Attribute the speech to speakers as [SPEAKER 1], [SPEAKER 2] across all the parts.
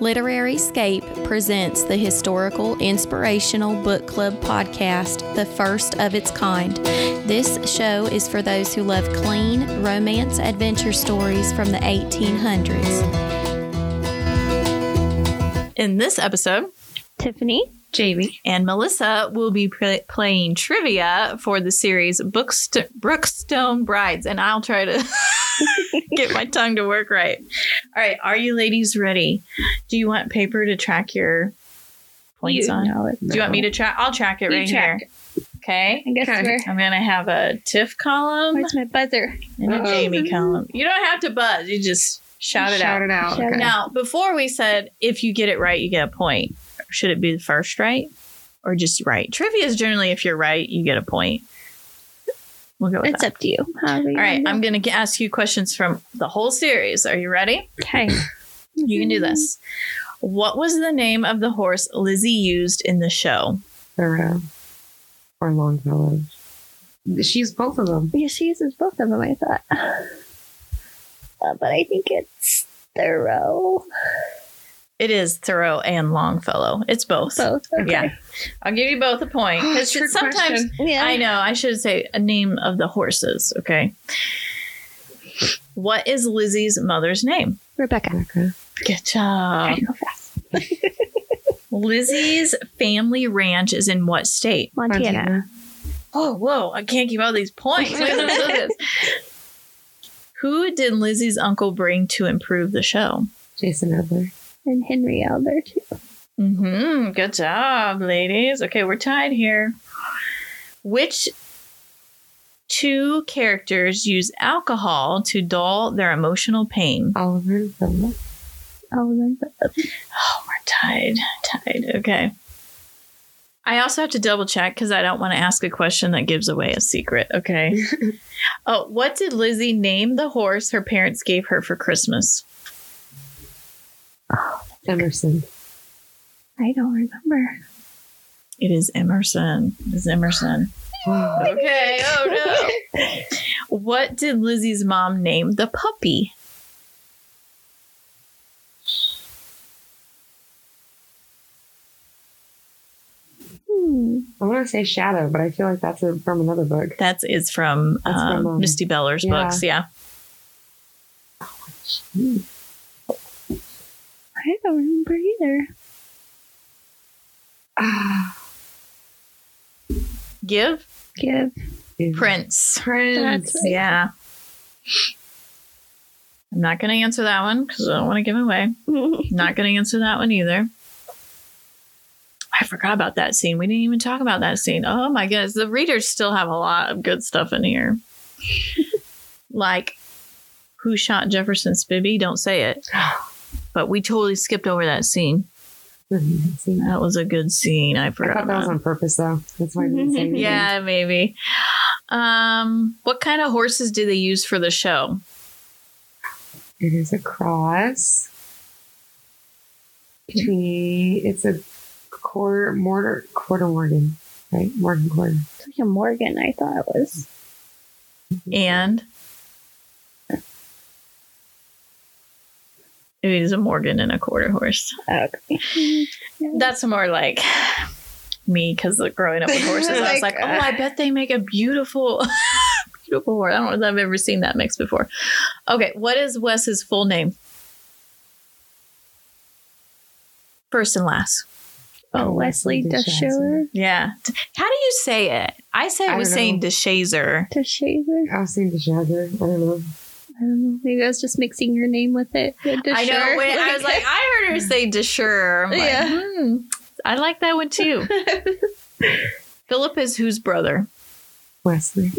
[SPEAKER 1] Literary Scape presents the historical inspirational book club podcast, the first of its kind. This show is for those who love clean romance adventure stories from the 1800s.
[SPEAKER 2] In this episode,
[SPEAKER 1] Tiffany,
[SPEAKER 3] Jamie.
[SPEAKER 2] and Melissa will be pl- playing trivia for the series Bookst- Brookstone Brides, and I'll try to get my tongue to work right. All right, are you ladies ready? Do you want paper to track your points on? Do you want me to track? I'll track it
[SPEAKER 3] You
[SPEAKER 2] right
[SPEAKER 3] track.
[SPEAKER 2] here. Okay.
[SPEAKER 3] I guess
[SPEAKER 4] Okay.
[SPEAKER 3] we're.
[SPEAKER 2] I'm gonna have a Tiff column
[SPEAKER 3] Where's my buzzer?
[SPEAKER 2] and a
[SPEAKER 4] Uh-oh.
[SPEAKER 2] Jamie column. You don't have to buzz. You just shout it out.
[SPEAKER 4] Shout it out.
[SPEAKER 3] Shout it
[SPEAKER 4] okay.
[SPEAKER 2] Now, before we said if you get it right, you get a point. Should it be the first right or just right? Trivia is generally if you're right, you get a point. We'll go with
[SPEAKER 3] It's
[SPEAKER 2] that.
[SPEAKER 3] up to you. However you
[SPEAKER 2] All right,
[SPEAKER 3] wanna
[SPEAKER 2] I'm going to ask you questions from the whole series. Are you ready?
[SPEAKER 3] go. Okay.
[SPEAKER 2] You can do
[SPEAKER 3] Mm-hmm.
[SPEAKER 2] this. What was the name of the horse Lizzie used in the show?
[SPEAKER 4] Thorough. Or Longfellow. She's both of them.
[SPEAKER 3] Yeah, she uses both of them, I thought. Uh, but I think it's thorough.
[SPEAKER 2] It is Thoreau and Longfellow. It's both.
[SPEAKER 3] Both. Okay.
[SPEAKER 2] Yeah. I'll give you both a point. 'cause
[SPEAKER 4] Trick
[SPEAKER 2] sometimes
[SPEAKER 4] question.
[SPEAKER 3] Yeah.
[SPEAKER 2] I know. I should say a name of the horses. Okay. What is Lizzie's mother's name?
[SPEAKER 3] Rebecca.
[SPEAKER 4] Okay.
[SPEAKER 2] Good job.
[SPEAKER 3] I go fast.
[SPEAKER 2] Lizzie's family ranch is in what state?
[SPEAKER 3] Montana.
[SPEAKER 2] Oh, whoa. I can't keep all these points. Wait, let me do this. Who did Lizzie's uncle bring to improve the show?
[SPEAKER 4] Jason Edler.
[SPEAKER 3] And Henry Elder, too.
[SPEAKER 2] Mm-hmm. Good job, ladies. Okay, we're tied here. Which two characters use alcohol to dull their emotional pain?
[SPEAKER 4] Oliver. Velma.
[SPEAKER 3] Oh, remember.
[SPEAKER 2] Oh, we're tied. Tied. Okay. I also have to double check because I don't want to ask a question that gives away a secret. Okay. oh, what did Lizzie name the horse her parents gave her for Christmas?
[SPEAKER 4] Emerson.
[SPEAKER 3] I don't remember.
[SPEAKER 2] It is Emerson. It is Emerson.
[SPEAKER 4] Wow.
[SPEAKER 2] Okay. Oh, no. what did Lizzie's mom name the puppy?
[SPEAKER 3] Hmm.
[SPEAKER 4] I want to say Shadow, but I feel like that's a, from another book.
[SPEAKER 2] That is from,
[SPEAKER 4] That's
[SPEAKER 2] um,
[SPEAKER 4] from, um,
[SPEAKER 2] Misty Beller's
[SPEAKER 4] yeah.
[SPEAKER 2] books. Yeah.
[SPEAKER 3] I don't remember either.
[SPEAKER 4] Ah,
[SPEAKER 2] Give
[SPEAKER 3] Give.
[SPEAKER 4] dude.
[SPEAKER 2] Prince.
[SPEAKER 4] Prince.
[SPEAKER 3] That's-
[SPEAKER 2] Yeah. I'm not going to answer that one because I don't want to give it away. Not going to answer that one either. I forgot about that scene. We didn't even talk about that scene. Oh my goodness. The readers still have a lot of good stuff in here. like, who shot Jefferson Spivey? Don't say it. But we totally skipped over that scene.
[SPEAKER 4] Mhm. See,
[SPEAKER 2] That was a good scene. I
[SPEAKER 4] I
[SPEAKER 2] forgot.
[SPEAKER 4] thought that
[SPEAKER 2] about
[SPEAKER 4] was on purpose, though. That's why I didn't say anything.
[SPEAKER 2] yeah, maybe. Um, what kind of horses do they use for the show?
[SPEAKER 4] It is a cross between. It's a quarter mortar quarter Morgan, right? Morgan quarter.
[SPEAKER 3] It's like a Morgan, I thought it was.
[SPEAKER 2] And it is a Morgan and a quarter horse.
[SPEAKER 4] Oh,
[SPEAKER 3] Okay.
[SPEAKER 2] That's more like me because growing up with horses, I was like,
[SPEAKER 4] Like,
[SPEAKER 2] oh, I bet they make a beautiful, beautiful horse. I don't know if I've ever seen that mix before. Okay, what is Wes's full name? First and last.
[SPEAKER 3] Oh, Wesley Deshazer.
[SPEAKER 2] Yeah. How do you say it? I say
[SPEAKER 4] I
[SPEAKER 2] it was
[SPEAKER 4] don't
[SPEAKER 2] saying
[SPEAKER 4] know.
[SPEAKER 2] Deshazer.
[SPEAKER 3] Deshazer.
[SPEAKER 4] I was saying Deshazer. I don't know.
[SPEAKER 3] I don't know. Maybe I was just mixing your name with it. The
[SPEAKER 2] I know.
[SPEAKER 3] Desher.
[SPEAKER 2] When I was like, I heard her say Desher. I'm like,
[SPEAKER 3] Yeah.
[SPEAKER 2] hmm, I like that one too. Philip is whose brother?
[SPEAKER 4] Wesley.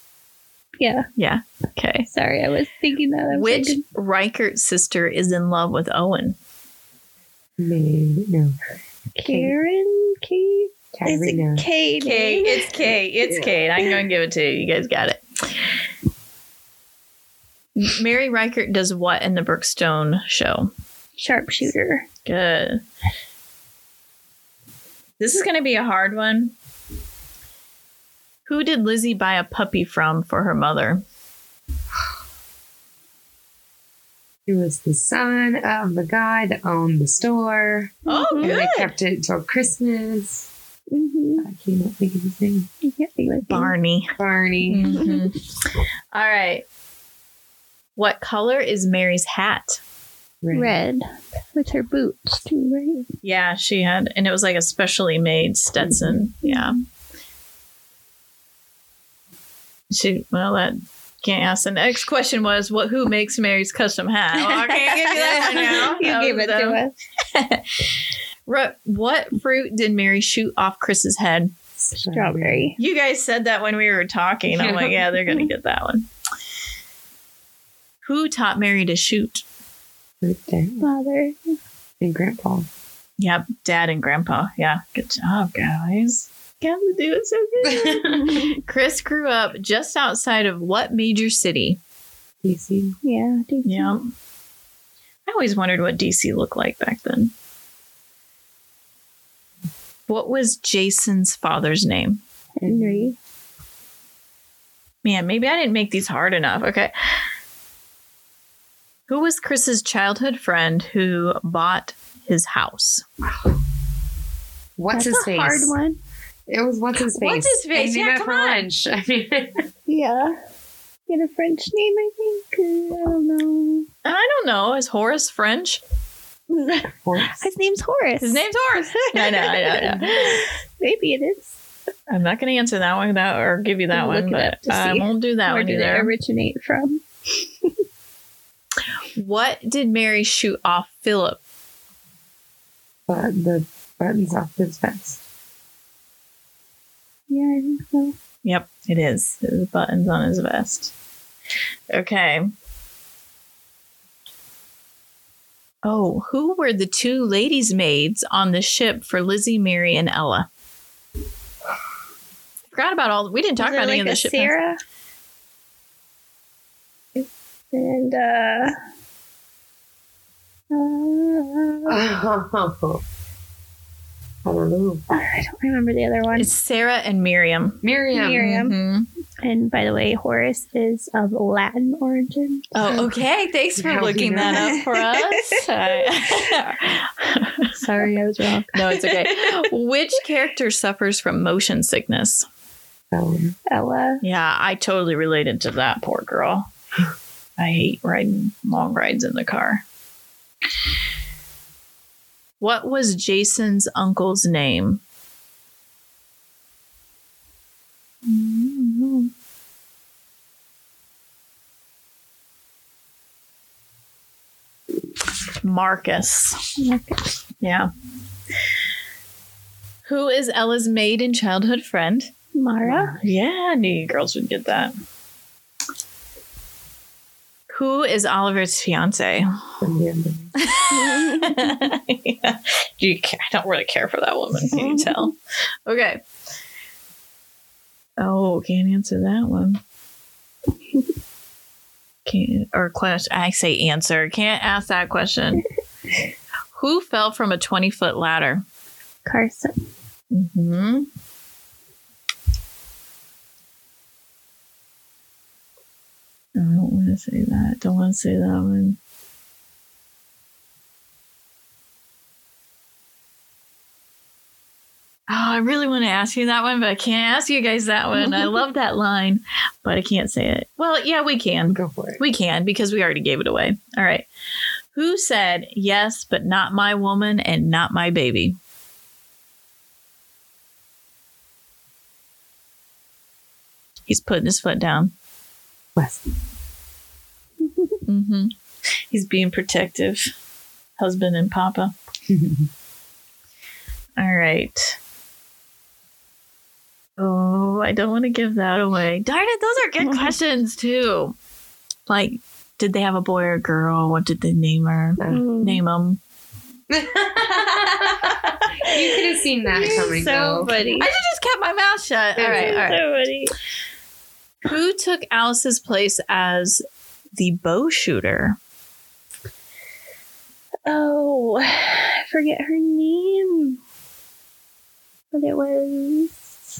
[SPEAKER 3] yeah.
[SPEAKER 2] Yeah. Okay.
[SPEAKER 3] Sorry, I was thinking that. I was
[SPEAKER 2] Which
[SPEAKER 3] thinking-
[SPEAKER 2] Reichert sister is in love with Owen?
[SPEAKER 4] Maybe no.
[SPEAKER 3] Karen? Kate? Is
[SPEAKER 4] Kyrie. No.
[SPEAKER 3] it Kate?
[SPEAKER 2] It's Kay. It's Kate. I'm going to give it to you. You guys got it. Mary Reichert does what in the Brookstone show?
[SPEAKER 3] Sharpshooter.
[SPEAKER 2] Good. This is going to be a hard one. Who did Lizzie buy a puppy from for her mother?
[SPEAKER 4] He was the son of the guy that owned the store.
[SPEAKER 2] Oh,
[SPEAKER 3] Mhm.
[SPEAKER 4] And they
[SPEAKER 2] good.
[SPEAKER 4] kept it till Christmas.
[SPEAKER 3] Mm-hmm.
[SPEAKER 4] I can't think of his name.
[SPEAKER 3] I can't think of his name.
[SPEAKER 2] Barney.
[SPEAKER 4] Barney.
[SPEAKER 3] Mm-hmm.
[SPEAKER 2] All right. What color is Mary's hat?
[SPEAKER 4] Red.
[SPEAKER 3] Red with her boots too, right?
[SPEAKER 2] Yeah, she had, and it was like a specially made Stetson. Yeah. She well that can't ask. The next question was what who makes Mary's custom hat? Well, I can't give you that right now.
[SPEAKER 3] you
[SPEAKER 2] That
[SPEAKER 3] gave
[SPEAKER 2] was
[SPEAKER 3] it to
[SPEAKER 2] dumb.
[SPEAKER 3] us.
[SPEAKER 2] Ru- What fruit did Mary shoot off Chris's head?
[SPEAKER 3] Strawberry.
[SPEAKER 2] You guys said that when we were talking. I'm like, yeah, they're gonna get that one. Who taught Mary to shoot?
[SPEAKER 4] Right there.
[SPEAKER 3] Father.
[SPEAKER 4] And grandpa.
[SPEAKER 2] Yep, Dad and Grandpa. Yeah, good job, guys. Guys, we do it so good. Chris grew up just outside of what major city?
[SPEAKER 4] DC.
[SPEAKER 3] Yeah. I think so.
[SPEAKER 2] Yeah. I always wondered what DC looked like back then. What was Jason's father's name?
[SPEAKER 3] Henry.
[SPEAKER 2] Man, maybe I didn't make these hard enough. Okay. Who was Chris's childhood friend who bought his house?
[SPEAKER 3] That's
[SPEAKER 4] What's his
[SPEAKER 3] a
[SPEAKER 4] face?
[SPEAKER 3] hard one.
[SPEAKER 4] It was what's his face?
[SPEAKER 2] What's his face?
[SPEAKER 4] I named
[SPEAKER 2] Yeah,
[SPEAKER 4] it
[SPEAKER 2] come
[SPEAKER 4] for
[SPEAKER 2] on.
[SPEAKER 4] lunch. I mean,
[SPEAKER 3] Yeah. Get a French name, I think. Uh, I don't know.
[SPEAKER 2] I don't know. Is Horace French?
[SPEAKER 4] horse.
[SPEAKER 3] His name's Horace.
[SPEAKER 2] His name's Horace. I know, I know, I know.
[SPEAKER 3] Maybe it is.
[SPEAKER 2] I'm not going to answer that one that, or give you that
[SPEAKER 3] I'll look
[SPEAKER 2] one,
[SPEAKER 3] it
[SPEAKER 2] but
[SPEAKER 3] up to
[SPEAKER 2] I
[SPEAKER 3] see.
[SPEAKER 2] won't do that
[SPEAKER 3] Where
[SPEAKER 2] one
[SPEAKER 3] did
[SPEAKER 2] either.
[SPEAKER 3] it originate from?
[SPEAKER 2] what did Mary shoot off Philip?
[SPEAKER 4] But the buttons off his vest.
[SPEAKER 3] Yeah, I think so.
[SPEAKER 2] Yep, it is. The buttons on his vest. Okay. Oh, who were the two ladies' maids on the ship for Lizzie, Mary, and Ella? Forgot about all. We didn't talk
[SPEAKER 3] Was it
[SPEAKER 2] about any
[SPEAKER 3] like
[SPEAKER 2] of
[SPEAKER 3] a
[SPEAKER 2] the ship.
[SPEAKER 3] Sarah. And uh, uh,
[SPEAKER 4] Oh. I don't know.
[SPEAKER 3] I don't remember the other one.
[SPEAKER 2] It's Sarah and Miriam.
[SPEAKER 4] Miriam.
[SPEAKER 3] Miriam.
[SPEAKER 2] Mhm.
[SPEAKER 3] And by the way, Horace is of Latin origin.
[SPEAKER 2] Oh, okay. Thanks for
[SPEAKER 4] How do you
[SPEAKER 2] looking
[SPEAKER 4] know?
[SPEAKER 2] that up for us. I-
[SPEAKER 3] Sorry, I was wrong.
[SPEAKER 2] No, it's okay. Which character suffers from motion sickness?
[SPEAKER 4] Um,
[SPEAKER 3] Ella.
[SPEAKER 2] Yeah, I totally related to that poor girl. I hate riding long rides in the car. What was Jason's uncle's name? Marcus. Yeah. Who is Ella's maid and childhood friend?
[SPEAKER 3] Mara.
[SPEAKER 2] Yeah, I knew you girls would get that. Who is Oliver's fiance?
[SPEAKER 4] Amanda.
[SPEAKER 2] yeah. Do you ca- I don't really care for that woman. Can you tell? Okay. Oh, can't answer that one. Can't or question. I say answer. Can't ask that question. Who fell from a twenty foot ladder?
[SPEAKER 3] Carson.
[SPEAKER 2] hmm I don't want to say that. Don't want to say that one. Oh, I really want to ask you that one, but I can't ask you guys that one. I love that line, but I can't say it. Well, yeah, we can.
[SPEAKER 4] Go for it.
[SPEAKER 2] We can because we already gave it away. All right. Who said, yes, but not my woman and not my baby? He's putting his foot down.
[SPEAKER 4] West.
[SPEAKER 2] hmm He's being protective, husband and papa. All right. Oh, I don't want to give that away. Darn it, those are good questions too. Like, did they have a boy or a girl? What did they name her?
[SPEAKER 4] Uh,
[SPEAKER 3] Mm.
[SPEAKER 2] Name them.
[SPEAKER 4] you could have seen that coming,
[SPEAKER 3] so
[SPEAKER 4] though.
[SPEAKER 3] funny.
[SPEAKER 2] I should just kept my mouth shut. All right, all right.
[SPEAKER 3] So funny.
[SPEAKER 2] Who took Alice's place as the bow shooter?
[SPEAKER 3] Oh, I forget her name. But it was.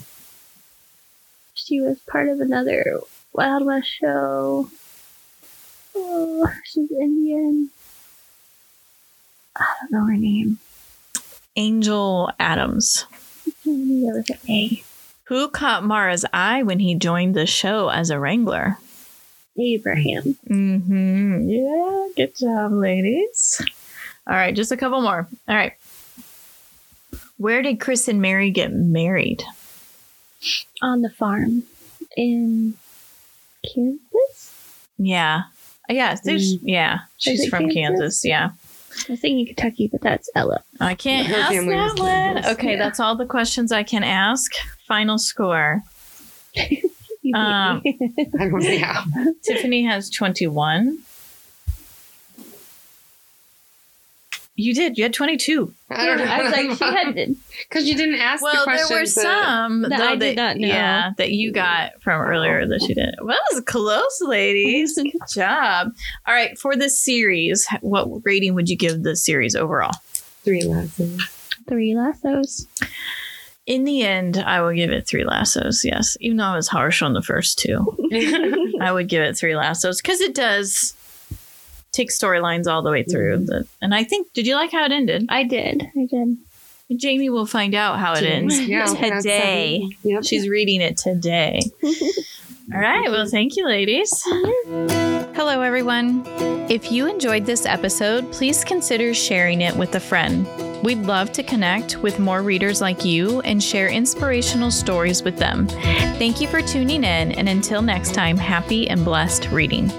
[SPEAKER 3] She was part of another Wild West show. Oh, she's Indian. I don't know her name.
[SPEAKER 2] Angel Adams,
[SPEAKER 3] I don't know There was an A.
[SPEAKER 2] who caught Mara's eye when he joined the show as a wrangler.
[SPEAKER 3] Abraham.
[SPEAKER 2] Mm-hmm. Yeah, good job, ladies. All right, just a couple more. All right. Where did Chris and Mary get married?
[SPEAKER 3] On the farm in Kansas?
[SPEAKER 2] Yeah. Yeah, there's-
[SPEAKER 3] Mm.
[SPEAKER 2] yeah. She's
[SPEAKER 3] it
[SPEAKER 2] from
[SPEAKER 3] Kansas?
[SPEAKER 2] Kansas. Yeah.
[SPEAKER 3] I was thinking Kentucky, but that's Ella.
[SPEAKER 2] I can't
[SPEAKER 4] Her
[SPEAKER 2] ask
[SPEAKER 4] family was
[SPEAKER 2] that one.
[SPEAKER 4] Kansas,
[SPEAKER 2] Okay,
[SPEAKER 3] yeah.
[SPEAKER 2] that's all the questions I can ask. Final score. Um,
[SPEAKER 4] I don't know how.
[SPEAKER 2] Tiffany has 21. You did. You had 22.
[SPEAKER 4] I don't know.
[SPEAKER 3] I was like, she had.
[SPEAKER 4] because you didn't ask the
[SPEAKER 2] Well,
[SPEAKER 4] question.
[SPEAKER 2] there were
[SPEAKER 4] so-
[SPEAKER 2] some
[SPEAKER 3] that I did not know.
[SPEAKER 2] Yeah, that you got from earlier that you did. Well, that was close, ladies. Good job. All right, for this series, what rating would you give the series overall?
[SPEAKER 4] three lessons.
[SPEAKER 3] Three lassos.
[SPEAKER 2] In the end, I will give it three lassos. Yes, even though I was harsh on the first two, I would give it three lassos because it does take storylines all the way through.
[SPEAKER 4] Mhm.
[SPEAKER 2] The- and I think, did you like how it ended?
[SPEAKER 3] I did. I did.
[SPEAKER 2] Jamie will find out how it ends.
[SPEAKER 4] Yeah, that's
[SPEAKER 2] Today.
[SPEAKER 4] something. Yep.
[SPEAKER 2] She's reading it today. All right. Well, thank you, ladies. Mm-hmm. Hello, everyone. If you enjoyed this episode, please consider sharing it with a friend. We'd love to connect with more readers like you and share inspirational stories with them. Thank you for tuning in, and until next time, happy and blessed reading.